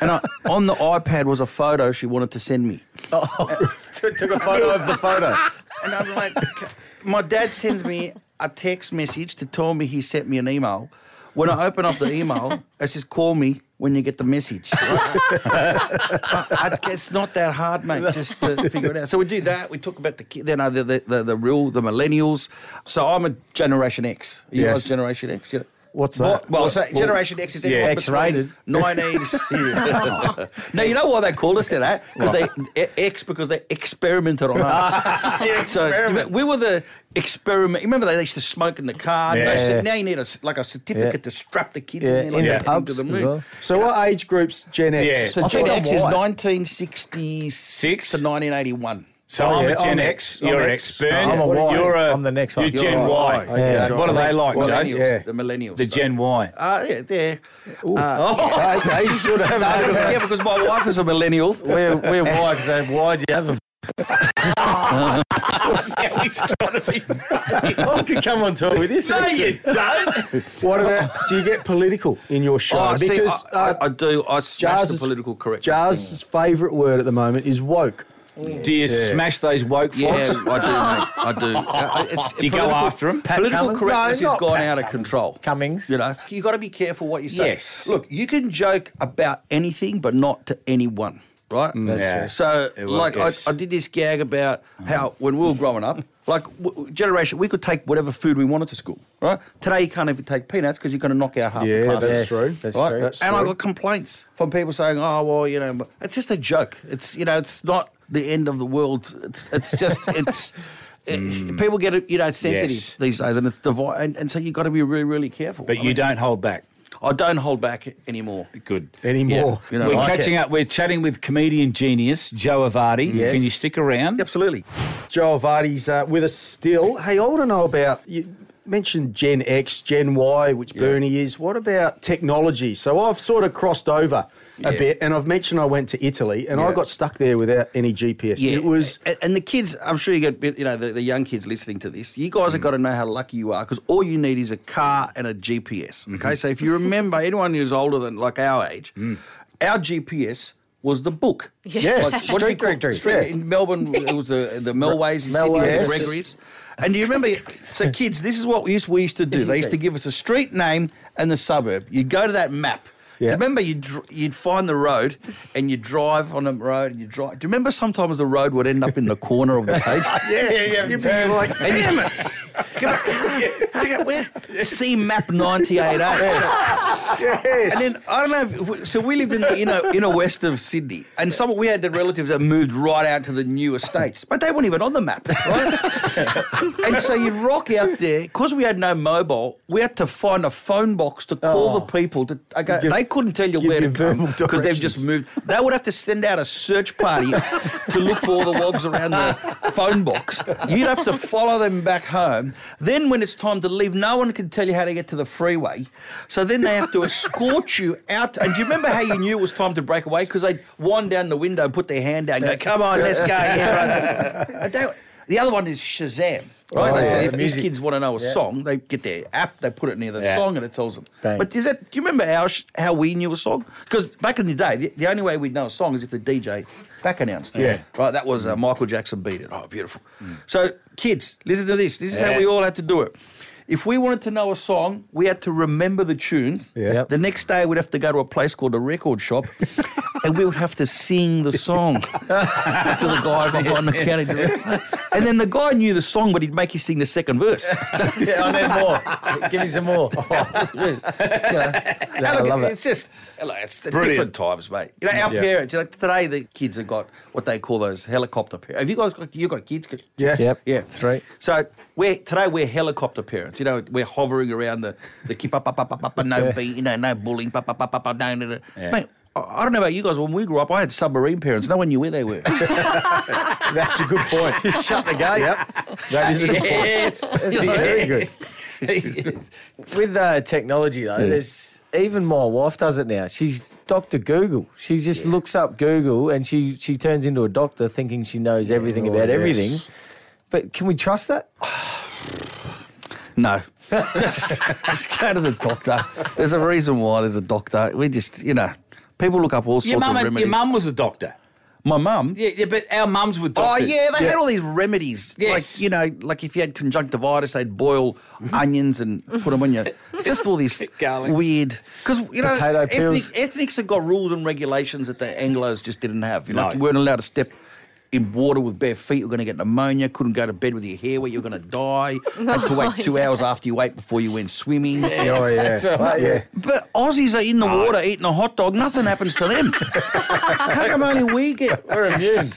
I: and I, on the iPad was a photo she wanted to send me.
D: Took a photo of the photo.
I: And I'm like, "Okay." my dad sends me a text message to tell me he sent me an email. When I open up the email, it says, call me when you get the message. I, I- it's not that hard, mate, just to figure it out. So we do that. We talk about the, ki- you know, the, the, the, the real, the millennials. So I'm a Generation X. You
D: Yes.
I: guys Generation X? Yeah.
D: What's
I: Well,
D: that?
I: well,
D: What-
I: so Generation X is anyone
B: yeah,
I: between
B: X-rated.
I: 90s. now, you know why they call us that? Because they e- X because they experimented on us. so,
D: experiment.
I: we were the experiment. Remember, they used to smoke in the car.
C: Yeah.
I: No, so now you need a, s- like a certificate
B: Yeah.
I: to strap the kids
B: Yeah,
I: in there like
B: in
I: they're
B: the
I: heading to
B: pubs
I: the
B: as
I: moon.
B: well.
D: So what age group's Gen X?
C: Yeah.
I: So
B: I
I: Gen
B: thought I'm
I: X is
B: white.
I: 1966 to 1981.
C: So
D: Oh,
C: I'm
D: yeah,
C: a Gen
D: I'm
C: X.
D: X. I'm
C: You're
D: X.
C: X. Burn.
B: I'm a Y.
C: You're a,
B: I'm the next one.
C: You're
B: You're
C: Gen
B: a
C: Y.
I: Y. Yeah.
C: What are they like,
I: Millennials,
C: Joe?
D: Yeah.
I: The millennials.
C: The Gen Y.
I: Uh, yeah, yeah.
D: Okay, you should have
I: I don't
D: had
I: care
D: it.
I: because my wife is a millennial.
B: We're, we're wide, 'cause they- why do you have them? I could come on tour with this.
C: No, you don't.
D: What about? Do you get political in your show?
I: Oh, see,
D: because uh,
I: I, I, I do. I smash the
D: Jars's-
I: political correctness.
D: Jar's favourite word at the moment is woke.
C: Do you smash those woke folks?
I: thing. yeah, I do, mate. I do. It's,
C: Do you go after them?
I: political
B: Cummins?
I: correctness
D: No,
I: has
D: not
I: gone
D: Pat
I: out of control.
B: Cummings.
I: You know, you got to be careful what you say.
C: Yes.
I: Look, you can joke about anything, but not to anyone, right?
C: That's Mm. Yeah. true.
I: So,
C: It will-
I: like,
C: yes.
I: I, I did this gag about how when we were growing up, like, w- w- generation, we could take whatever food we wanted to school, right? Today, you can't even take peanuts because you're going to knock out half the
D: Yeah,
I: class.
D: that's
B: Yes,
D: true.
B: that's
I: Right?
B: true.
I: and I got complaints from people saying, "Oh, well, you know, it's just a joke. It's you know, it's not the end of the world. It's it's just it's." it- People get you know sensitive
C: Yes.
I: these days, and it's divi- and, and so you got to be really, really careful.
C: But
I: I
C: you
I: mean,
C: don't hold back.
I: I don't hold back anymore.
C: Good.
D: Anymore.
I: You know,
C: we're
I: like
C: catching
I: it.
C: up. We're chatting with comedian genius Joe Avardi.
B: Yes.
C: Can you stick around?
I: Absolutely.
D: Joel Vardy's uh, with us still. Hey, I want to know about you mentioned Gen X, Gen Y, which Bernie is. What about technology? So I've sort of crossed over a
I: Yeah.
D: bit, and I've mentioned I went to Italy, and I
I: Yeah.
D: got stuck there without any GPS.
I: Yeah,
D: It was
I: a- and the kids. I'm sure you get bit- you know the, the young kids listening to this. You guys have got to know how lucky you are because all you need is a car and a GPS. Okay, so if you remember, anyone who's older than like our age, our GPS. Was the book?
D: Yeah.
I: Like, what do you
B: Street
I: call-
B: directory.
I: Street- In Melbourne, it was the the Melways in Sydney,
D: Melways.
I: it was the Gregory's. And do you remember? So, kids, this is what we used we used to do. They used to give us a street name and the suburb. You'd go to that map. Do
D: Yeah.
I: you remember you'd, dr- you'd find the road and you'd drive on the road and you drive. Do you remember sometimes the road would end up in the corner of the page?
D: yeah, yeah, yeah. Like,
I: And you, Come on. Come on, where? See map 98A.
D: yes.
I: And then I don't know. If, we- so we lived in the inner, inner west of Sydney, and some we had the relatives that moved right out to the new estates, but they weren't even on the map, right? and so you rock out there because we had no mobile. We had to find a phone box to call the people. To okay,
D: Give-
I: they couldn't tell you
D: give
I: where
D: you
I: to come
D: verbal
I: because they've just
D: directions.
I: moved. They would have to send out a search party to look for all the wogs around the phone box. You'd have to follow them back home. Then, when it's time to leave, no one can tell you how to get to the freeway. So then they have to escort you out. And do you remember how you knew it was time to break away? Because they'd wind down the window and put their hand out and go, come on, let's go. Yeah, right. And they- the other one is Shazam. Right,
D: Oh,
I: They
D: yeah,
I: said
D: the
I: if these
B: music.
I: kids want to know a song, they get their app, they put it near the
C: Yeah.
I: song, and it tells them.
B: Bang.
I: But is that? Do you remember how sh- how we knew a song? Because back in the day, the, the only way we'd know a song is if the DJ back announced it.
D: Yeah. Mm.
I: Right. That was uh, Michael Jackson beat it. Oh, beautiful. So kids, listen to this. This is how
C: Yeah.
I: we all had to do it. If we wanted to know a song, we had to remember the tune.
D: Yeah. Yep.
I: The next day, we'd have to go to a place called a record shop, and we would have to sing the song to the guy behind the counter. director. And then the guy knew the song, but he'd make you sing the second verse.
B: Yeah, I need more. Give me some more.
D: Oh.
I: Now,
B: I
I: look,
B: love it.
I: it's just like, it's the
C: Brilliant.
I: different times, mate. You know, our
D: Yeah.
I: parents. You know, today the kids have got what they call those helicopter parents. Have you guys got you got kids?
D: Yeah.
B: Yep.
I: Yeah.
B: Three.
I: So we're today we're helicopter parents. You know, we're hovering around the the keep up up up up up no beat, you know, no bullying, up up up up up no no no.
C: Yeah.
I: Mate, I I don't know about you guys. When we grew up, I had submarine parents. No one knew where they were.
D: That's a good point.
B: Shut the gate.
D: yep. That is a good point.
B: That's very good. With uh, technology though, there's even my wife does it now. She's Doctor Google. She just looks up Google and she she turns into a doctor, thinking Oh, she knows everything about
D: yes.
B: everything. But can we trust that?
I: No. just, just go to the doctor. There's a reason why there's a doctor. We just, you know, people look up all
C: Your
I: sorts of
C: mum, had- your
I: remedies.
C: mum was a doctor.
I: My mum?
C: Yeah, yeah, but our mums were
I: Oh,
C: doctors.
I: yeah, they had all these remedies.
C: Yes.
I: Like, you know, like if you had conjunctivitis, they'd boil onions and put them on your. Just all these
C: Garlic.
I: weird. Because, you know,
B: Potato
I: ethnic,
B: peels.
I: ethnics have got rules and regulations that the Anglos just didn't have. You know,
C: No.
I: like you weren't allowed to step in water with bare feet. You were going to get pneumonia. Couldn't go to bed with your hair where you were going to die. had to wait two hours after you ate before you went swimming.
D: Oh, yeah.
B: That's right. Yeah.
I: But Aussies are in the water eating a hot dog. Nothing happens to them. How come only we get
B: We're immune.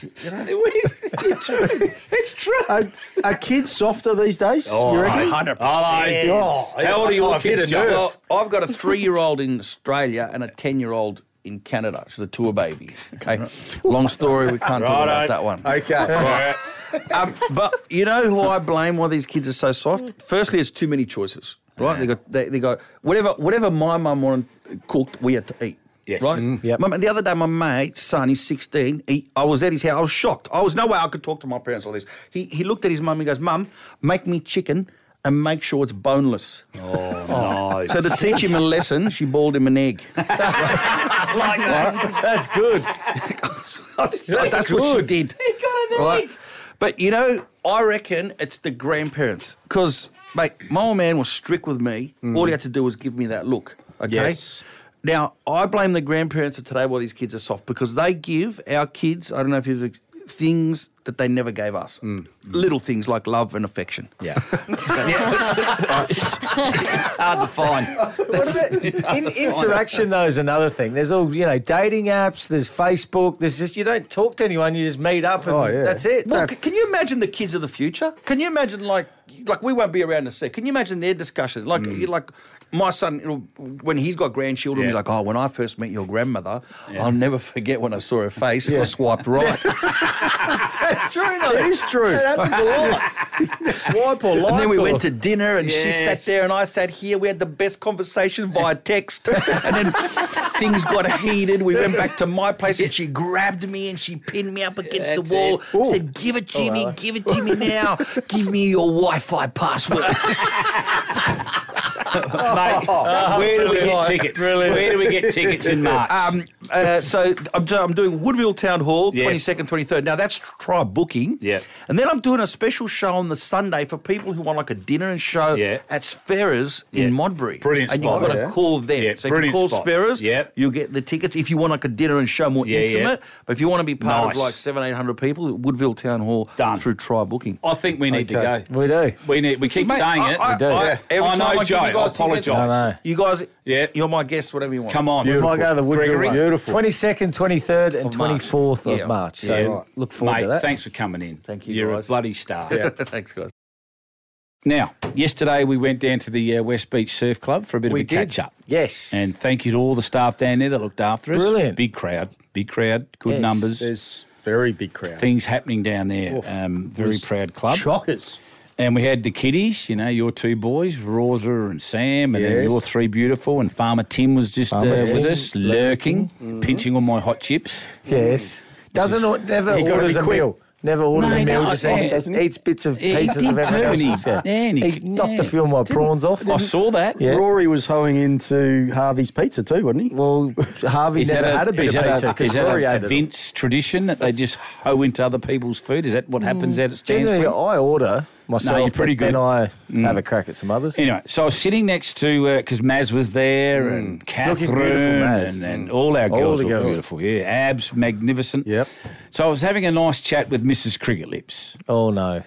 C: it's true. It's true.
D: Are, are kids softer these days?
I: Oh,
D: you reckon?
I: hundred
C: Hello, kids. How old are your kids, Joe?
I: Well, I've got a three-year-old in Australia and a ten-year-old in Canada. So the two are babies. Okay. Long story. We can't talk
C: Righto.
I: about that one.
D: Okay.
C: Well,
I: Um, but you know who I blame? Why these kids are so soft? Firstly, it's too many choices. Right? They got they, they got whatever whatever my mum wanted cooked, we had to eat.
C: Yes.
I: Right.
C: Mm,
B: yep.
I: My ma- the other day, my mate's son, he's sixteen. He, I was at his house. I was shocked. I was no way I could talk to my parents all this. He he looked at his mum. He goes, "Mum, make me chicken." And make sure it's boneless.
C: oh,
I: So to teach him a lesson, she boiled him an egg.
B: That's good.
I: That's, what she
B: good.
I: did. He got an egg. But you know, I reckon it's the grandparents because, mate, my old man was strict with me. All he had to do was give me that look. Okay.
D: Yes.
I: Now I blame the grandparents of today why these kids are soft because they give our kids. I don't know if you've things that they never gave us. Little things like love and affection.
C: yeah. it's hard to find.
B: In, interaction though is another thing. There's all you know, dating apps. There's Facebook. There's just you don't talk to anyone. You just meet up and
D: Oh, yeah.
B: that's it.
I: Well, c- can you imagine the kids of the future? Can you imagine like like we won't be around to see? Can you imagine their discussions? Like you- like my son, you know, when he's got grandchildren,
C: Yeah.
I: he's like, "Oh, when I first met your grandmother, I'll never forget when I saw her face. I swiped right."
B: that's true though.
D: It is true.
B: That happens a lot.
D: Swipe or like.
I: And then we
D: or-
I: went to dinner, and she sat
C: Yes.
I: there, and I sat here. We had the best conversation via text, and then things got heated. We went back to my place, and she grabbed me and she pinned me up against the
C: That's
I: wall.
D: Ooh.
I: Said, "Give it to me, give it to me now. give me your Wi-Fi password."
C: Mate, where do we get tickets? Where do we get tickets in March?
I: Um, uh, so I'm, do- I'm doing Woodville Town Hall,
C: Yes.
I: 22nd, 23rd. Now that's try booking.
C: Yeah.
I: And then I'm doing a special show on the Sunday for people who want like a dinner and show
C: Yeah.
I: at Sferra's in
C: Yeah.
I: Modbury.
C: Brilliant
I: And you've
C: spot.
I: got to
C: Yeah.
I: call them.
C: Yeah,
I: So if you
C: brilliant
I: call
C: spot.
I: Sferra's,
C: Yeah.
I: you'll get the tickets. If you want like a dinner and show more
C: Yeah, yeah.
I: intimate, but if you want to be part
C: Nice.
I: of like seven, 800 people, Woodville Town Hall
C: Done.
I: through try booking.
C: I think we need
D: Okay.
C: to go.
B: We do.
C: We need. We keep
I: Mate,
C: saying
I: I-
C: it.
I: I-
B: do.
I: I-
B: Yeah.
I: every
C: I
I: time
C: know,
I: give
C: Joe,
I: you
C: I
I: guys tickets,
C: apologise. I
B: know.
I: You guys,
C: Yeah.
I: you're my guest, whatever you want.
C: Come on,
B: We might go to the Woodville
C: Gregory?
B: one.
D: Beautiful.
B: 22nd, 23rd, and
I: March.
B: 24th of
I: Yeah.
B: March. So
C: Yeah.
B: right, look forward
C: mate.
B: to that.
C: Thanks for coming in.
I: Thank you,
C: You're
I: guys.
C: a bloody star.
I: Thanks, guys.
C: Now, yesterday we went down to the uh, West Beach Surf Club for a bit
B: We
C: of a
B: did.
C: catch up.
B: Yes.
C: And thank you to all the staff down there that looked after us.
B: Brilliant.
C: Big crowd. Big crowd. Good
B: Yes.
C: numbers.
D: There's very big crowd.
C: Things happening down there. Um, very proud club.
D: Shockers.
C: And we had the kiddies, you know, your two boys, Rosa and Sam, and then
D: Yes.
C: your three beautiful. And Farmer Tim was just uh,
B: Farmer Tim. Mm-hmm.
C: with us, lurking, pinching on my hot chips.
B: yes. Doesn't or, never
D: You gotta be
B: orders a
D: quick.
B: meal. Never orders
C: No,
B: a meal.
C: no,
B: just
C: I-
B: eat-
C: doesn't
B: eats bits of
C: Yeah, he
B: pieces
C: did
B: of everyone
C: too, and
B: else's.
C: he- yeah, and he-
B: He knocked a
C: yeah.
B: few of my prawns off.
C: I saw that.
B: Yeah.
D: Rory was hoeing into Harvey's Pizza too, wasn't he?
B: Well, Harvey
C: Is
B: never
C: that
B: had a bit
C: is
B: of
C: that
B: pizza
C: a,
B: because
C: is that
B: Rory
C: a,
B: ate
C: a
B: it all.
C: Vince tradition that they just hoe into other people's food? Is that what happens at stands?
B: Mm. Generally, I order myself,
C: you're pretty
B: but then
C: good. Mm.
B: I have a crack at some others.
C: Anyway, so I was sitting next to because Maz was there and Catherine
B: Mm. beautiful, Maz. Mm.
C: and, and all our girls
B: the
C: were
B: girls.
C: beautiful. Yeah, abs magnificent.
D: Yep.
C: So I was having a nice chat with Mrs. Cricket Lips,
B: Oh no!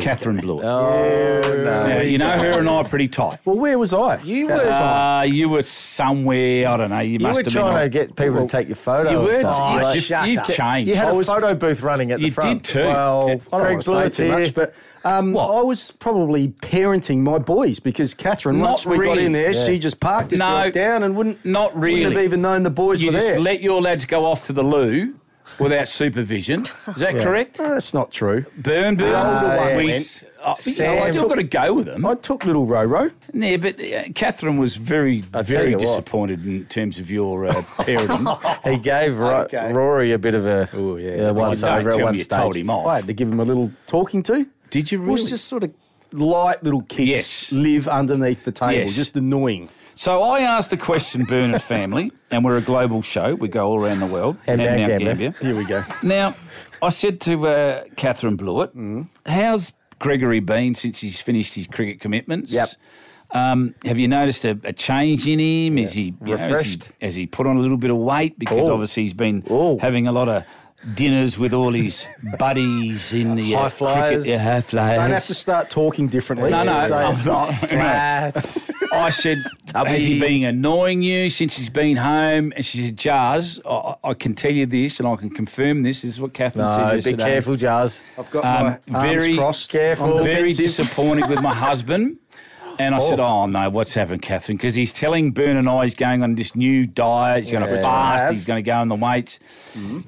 C: Catherine Blewett. Oh no!
B: Uh,
C: you know her and I are pretty tight.
D: uh, Well, where was I?
B: You
D: at
B: were-
D: the time?
C: Uh, you were somewhere. I don't know. You,
B: You
C: must
B: were
C: have
B: trying to
C: been.
B: get people to take your photo.
C: you
B: or
C: were.
B: something,
C: you've-
B: right?
C: you've,
D: shut
C: you've
D: up.
C: changed.
B: You had
D: I
B: a
D: was-
B: photo booth running at the
C: You
B: front.
C: did too.
D: Well, I
C: Yeah.
D: don't want to say
B: Bullett's
D: too
B: here.
D: much, but um,
C: What?
D: I was probably parenting my boys because Catherine,
C: Not
D: once we got
C: really.
D: in there,
C: Yeah.
D: she just parked herself
C: No,
D: down and wouldn't
C: not
D: wouldn't have
C: really.
D: even known the boys
C: You
D: were
C: just
D: there.
C: let your lads go off to the loo without supervision. Is that correct?
D: No, that's not true.
C: Burn, burn.
B: Ah,
D: older one
C: we,
D: went.
C: I, you know, I
B: Sam-
C: still got to go with them.
D: I took little Roro.
C: Yeah, but uh, Catherine was very,
B: tell
C: very
B: you what.
C: disappointed in terms of your uh, parenting.
B: He gave Ro-
D: Okay.
B: Rory a bit of a
D: yeah.
B: once
C: Oh, don't
B: over at
C: tell
B: one
C: me you
B: stage.
C: told him off.
D: I had to give him a little talking to.
C: Did you
D: It was
C: really?
D: just sort of light little kicks
C: Yes.
D: live underneath the table,
C: Yes.
D: just annoying.
C: So I asked the question, Bernard family, and we're a global show. We go all around the world
B: And Mount
C: Mount
B: Gambier.
D: Here we go.
C: Now, I said to uh, Catherine Blewett,
B: Mm.
C: "How's Gregory been since he's finished his cricket commitments?
B: Yep.
C: Um, have you noticed a, a change in him? Is he you know, has he-
B: Refreshed.
C: has he put on a little bit of weight? Because
B: Oh.
C: obviously he's been
B: Oh.
C: having a lot of." Dinners with all his buddies in the
B: High
C: uh,
B: flyers.
C: cricket, yeah, high flyers.
D: Don't have to start talking differently.
C: No, no,
D: Just say-
C: I'm not.
B: Slats.
C: I said, has he been annoying you since he's been home? And she said, Jars, I, I can tell you this and I can confirm this. This is what Catherine
B: No,
C: said
B: be
C: yesterday.
B: careful, Jars.
D: I've got
C: Um,
D: my arms
C: very
D: crossed.
B: careful.
D: I'm
C: Very
D: defensive.
C: disappointed with my husband. And I said, oh, no, what's happened, Catherine? Because he's telling Bern and I he's going on this new diet. He's going to
B: Yeah.
C: fast.
D: Have. Mm-hmm.
C: He's going to go on the weights.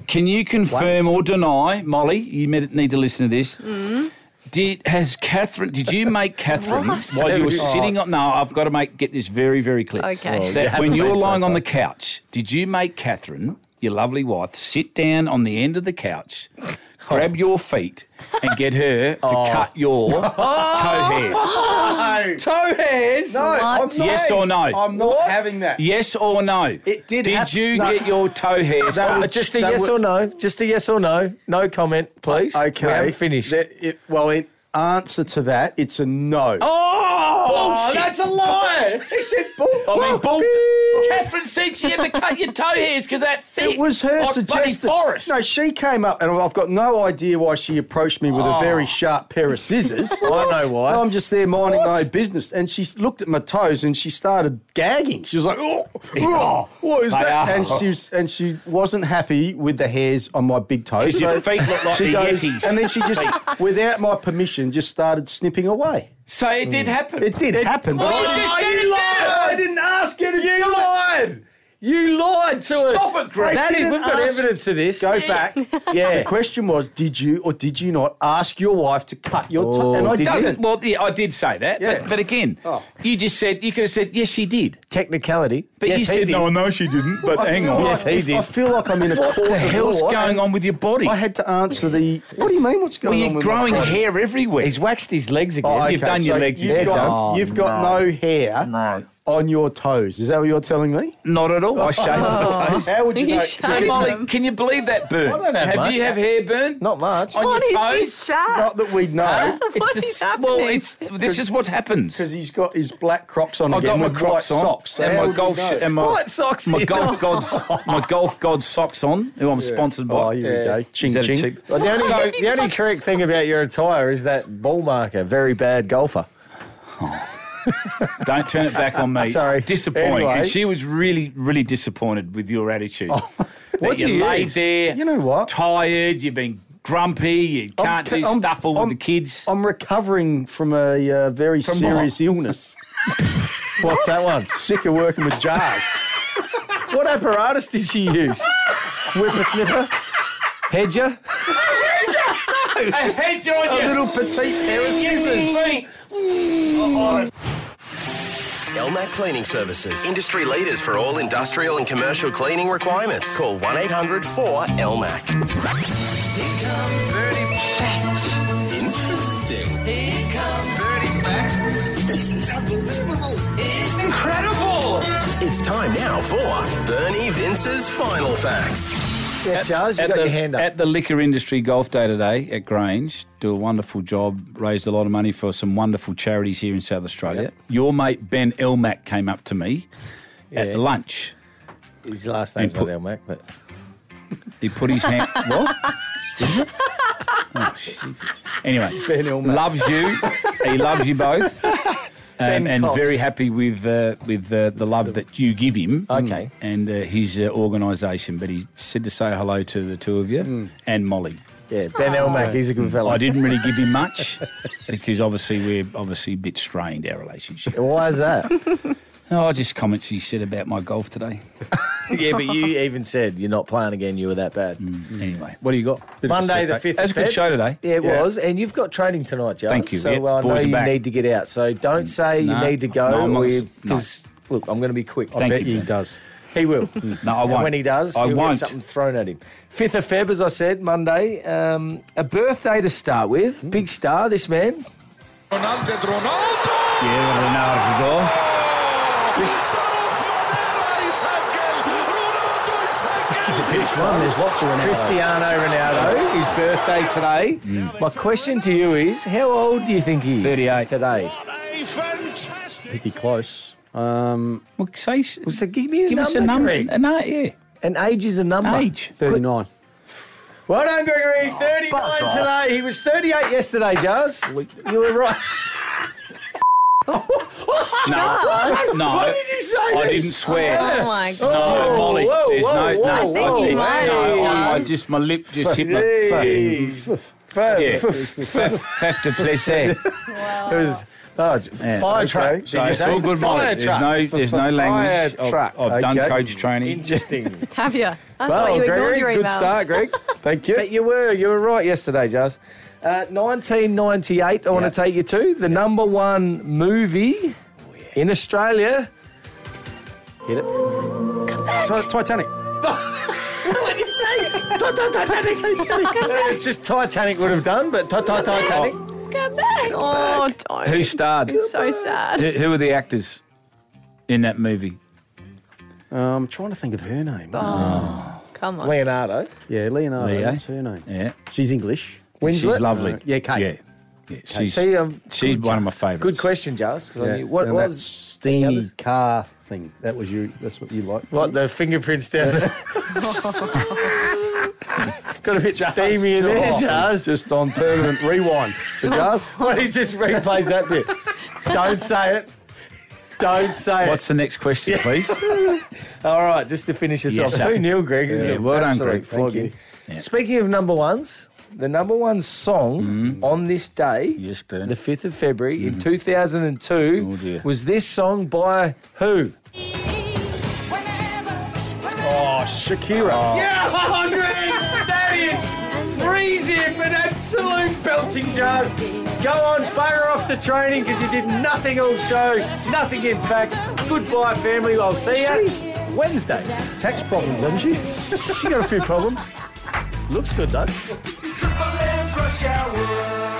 C: Can you confirm or deny, Molly, you med- need to listen to this.
H: Mm-hmm.
C: Did has Catherine? Did you make Catherine
H: What?
C: while you were
D: Oh.
C: sitting on? No, I've got to make get this very very clear.
H: Okay. Well, you
C: that when
B: haven't
C: you're
B: made so
C: lying on
B: far.
C: the couch, did you make Catherine, your lovely wife, sit down on the end of the couch,
D: Oh.
C: grab your feet, and get her to cut your toe hairs?
B: Toe hairs.
D: No, I'm not.
C: Yes or no?
D: I'm not
B: What?
D: having that.
C: Yes or no?
D: It did
C: Did
D: hap-
C: you
D: No.
C: get your toe hairs?
D: That
C: cut?
D: would-
B: Just a
D: that
B: yes
D: would-
B: or no. Just a yes or no. No comment, please.
D: Okay.
B: We haven't finished.
D: That- it- well, in answer to that, it's a no. Oh,
C: oh,
D: that's a lie. he said bull.
C: I mean,
D: Whoa.
C: bull. Catherine said she had to cut your toe hairs because that thick.
D: It was her
C: like Buddy
D: suggestion.
C: Forrest.
D: No, she came up, and I've got no idea why she approached me with a
C: Oh.
D: very sharp pair of scissors.
B: I know why.
D: I'm just there minding my own business, and she looked at my toes and she started gagging. She was like, "Oh, oh, what is
C: Mate,
D: that?"
C: oh.
D: And she was, and she wasn't happy with the hairs on my big toes.
C: 'Cause your feet look like the Yetis.
D: and then she just, without my permission, just started snipping away.
C: So it did happen.
D: Mm. It did happen. but
C: Well,
D: I-
C: you just said it there.
D: I didn't ask you to you lied.
B: You lied to us.
C: Stop it, Greg.
B: That is,
D: Didn't
B: we've got
D: ask-
B: evidence of this.
D: Go back.
B: Yeah.
D: The question was, did you or did you not ask your wife to cut your toe?
C: Oh,
D: And I
B: did you?
D: didn't.
C: Well, yeah, I did say that,
D: Yeah.
C: but, but again,
D: Oh.
C: you just said you could have said yes, she did.
B: Technicality.
C: But
B: yes,
C: you
B: he
C: said
B: did.
C: no, no, she didn't. But hang
D: feel
C: on,
D: like
B: Yes, he
D: if-
B: did.
D: I feel like I'm in a court.
C: what the hell's going on with your body?
D: I had to answer the. What do you mean? What's
C: well,
D: going on?
C: you're
D: with
C: growing
D: my body?
C: hair everywhere.
B: He's waxed his legs again.
D: Oh,
C: You've
D: okay,
C: done your
D: so
C: legs.
D: You've
C: They're
D: got,
C: done.
D: you've got no, hair
C: No.
D: on your toes. Is that what you're telling me?
C: Not at all. I shaved my toes.
D: How would you
H: He
D: know?
H: shaved
C: So, Molly,
H: them.
C: can you Oh. believe that burn?
B: I don't have much.
C: you have hair burn?
B: Not much.
C: On
H: What is
C: your toes?
H: this chat?
D: Not that we know,
H: What
C: This-
H: is happening?
C: well, it's this is what happens.
D: because he's got his black Crocs on
C: I
D: again
C: got my
D: with
C: Crocs
D: white
C: on
D: socks. So
C: and
D: how
C: my
D: would you
C: golf
D: know?
C: sh- and my
B: White socks.
C: my
B: Yeah.
C: golf gods, my golf god socks on, who I'm sponsored by.
D: Oh, here we go. Ching
C: that a
D: ching.
C: cheap-
B: Well, the only,
C: So-
B: the only correct thing about your attire is that ball marker. Very bad golfer.
C: Don't turn it back on me.
B: Sorry.
C: disappointing.
D: Anyway. Oh,
C: And she was really, really disappointed with your attitude.
B: What's
C: that you
B: he
C: laid
B: is?
C: there.
D: You know what?
C: Tired. You've been grumpy. You can't
D: ca-
C: do stuff all
D: I'm-
C: with the kids.
D: I'm recovering from a uh, very serious illness.
B: What's that one?
D: Sick of working with jars.
B: What apparatus did she use? Whippersnipper? Hedger?
C: a hedge on you.
D: Little petite hair and scissors.
A: Elmac Cleaning Services, industry leaders for all industrial and commercial cleaning requirements. Call 1 800 4 Elmac. Here comes Verdi's facts. Interesting. Here comes Verdi's facts. This is unbelievable. It's incredible. It's time now for Bernie Vince's final facts.
B: Yes, Charles, you
C: at
B: got
C: the,
B: your hand up.
C: At the Liquor Industry Golf Day today at Grange, do a wonderful job, raised a lot of money for some wonderful charities here in South Australia. Your mate Ben Elmack came up to me at lunch.
B: His last name's
C: put-
B: not Elmac, but
C: He put his hand. what? Oh, shit. anyway,
D: Ben Elmack.
C: loves you. He loves you both. Um, and
B: Cox.
C: very happy with uh, with uh, the love that you give him.
B: Okay.
C: And uh, his uh, organisation. But he said to say hello to the two of you
B: Mm.
C: and Molly.
B: yeah, Ben
D: Oh.
B: Elmac, he's a good fella.
C: Mm. I didn't really give him much because obviously we're obviously a bit strained our relationship.
B: Why is that?
C: Oh, just comments he said about my golf today.
B: yeah, but you even said you're not playing again. You were that bad.
C: Anyway, what do you got?
B: Monday the
D: setback.
B: fifth.
C: Mm. That's a good show today.
B: Yeah, it was, and you've got training tonight, Joe.
C: Thank you.
B: So
C: Yeah,
B: well, I know
C: boys are
B: you
C: back. Mm.
B: need to get out. So don't say
C: No,
B: you need to
C: no, I'm
B: go,
C: not
B: or
C: gonna
B: you
C: s- no.
B: because look, I'm going to be quick.
C: Thank
D: Bet
C: you,
D: he
C: Ben.
D: does.
B: He will.
C: No, Mm. I
B: And
C: won't.
B: when he does,
C: I
B: he'll
C: won't.
B: get something thrown at him. 5th of Feb, as
C: Mm.
B: I said, Monday. Um, a birthday to start with. Big star, this man.
C: Yeah, Ronaldo.
D: Son, there's lots of Ronaldo.
B: Cristiano Ronaldo, his birthday today.
C: Mm.
B: My question to you is, how old do you think he is
C: 38.
B: today?
D: He'd be close. Um,
C: Well, say,
B: So give me a
C: give
B: number,
C: us a number.
B: Greg.
C: Uh, No, yeah.
B: An age is a number.
C: Age.
D: 39.
B: Well done, Gregory. 39 today. He was 38 yesterday, Jars. You were right.
C: No, no.
B: What did you say?
C: I didn't swear.
B: Oh,
J: my
C: No,
B: God.
C: Molly.
B: Whoa,
C: there's
B: whoa,
C: no,
B: whoa,
C: no,
J: whoa,
C: I didn't.
J: whoa.
C: no, I, I
J: Jeez.
C: just my lip just hit my.
B: Jeez. Fair-
C: Yeah.
B: f-
C: Faf de Plessis.
B: it was- oh, it's
C: Yeah.
B: Fire truck.
D: Okay.
B: did
C: So
B: you
C: it's
B: say?
C: all good,
B: Fire
C: Molly. There's
B: truck.
C: no, there's no language.
B: Fire truck.
C: I've, I've done
D: Okay.
C: coach training.
B: Interesting.
J: Have you? I thought
B: well,
J: you ignored
B: Gregory,
J: your
B: good
J: emails.
B: start, Greg.
D: Thank you.
B: But you were, you were right yesterday, Jars. Uh, 1998, I want to
C: Yeah.
B: take you to the number one movie in Australia. Hit it.
D: Ti- Titanic.
B: it's just Titanic would have done, but ti- ti- Titanic.
J: Come back. Oh, don't.
C: Who starred?
J: so sad.
C: Who- Who were the actors in that movie?
D: Um, I'm trying to think of her
B: Oh.
D: name.
J: Come on.
B: Leonardo.
D: Yeah,
B: Uh,
D: Leonardo.
C: Leo.
D: That's her name.
C: Yeah.
D: She's English.
B: Winslet.
C: She's lovely.
D: Uh, yeah, Kate.
C: Yeah. yeah she's
B: See, um,
C: she's
B: good
C: one of
B: job.
C: my favourites.
B: Good question, Jars. 'cause I
D: Yeah.
B: knew- What,
D: and
B: what
D: that
B: was
D: steamy
B: others?
D: car thing? That was you. That's what you like.
B: what the fingerprints down? there? Got a bit steamy in there, Jars.
D: Just on permanent rewind. The jars.
B: What he just replays that bit? Don't say it. Don't say
C: What's
B: it.
C: the next question, please?
B: All right, just to finish us
C: Yes,
B: off.
C: sir.
B: Two nil, Greg. This is
C: Yeah,
B: an
C: well done,
B: absolute
C: Greg.
D: Thank
B: flog
D: you.
C: Yeah.
B: Speaking of number ones, the number one song on this day,
C: Yes, Ben.
B: the 5th of February in 2002,
C: Mm-hmm. Oh, dear.
B: was this song by who?
D: Shakira.
B: Yeah, Greg, that is freezing but absolute belting jars. Go on, fire off the training because you did nothing all show, nothing in facts. Goodbye, family. I'll see you Wednesday.
D: Tax problem, doesn't she?
B: She got a few problems.
D: Looks good though.
A: Triple M's Rush Hour.